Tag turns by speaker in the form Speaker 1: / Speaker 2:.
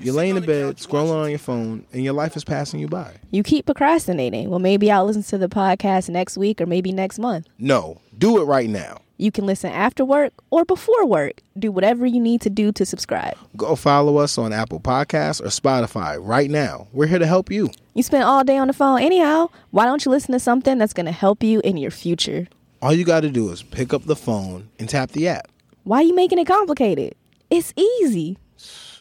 Speaker 1: You're laying in bed, scrolling on your phone, and your life is passing you by.
Speaker 2: You keep procrastinating. Well, maybe I'll listen to the podcast next week or maybe next month.
Speaker 1: No, do it right now.
Speaker 2: You can listen after work or before work. Do whatever you need to do to subscribe.
Speaker 1: Go follow us on Apple Podcasts or Spotify right now. We're here to help you.
Speaker 2: You spend all day on the phone anyhow. Why don't you listen to something that's going to help you in your future?
Speaker 1: All you got to do is pick up the phone and tap the app.
Speaker 2: Why are you making it complicated? It's easy.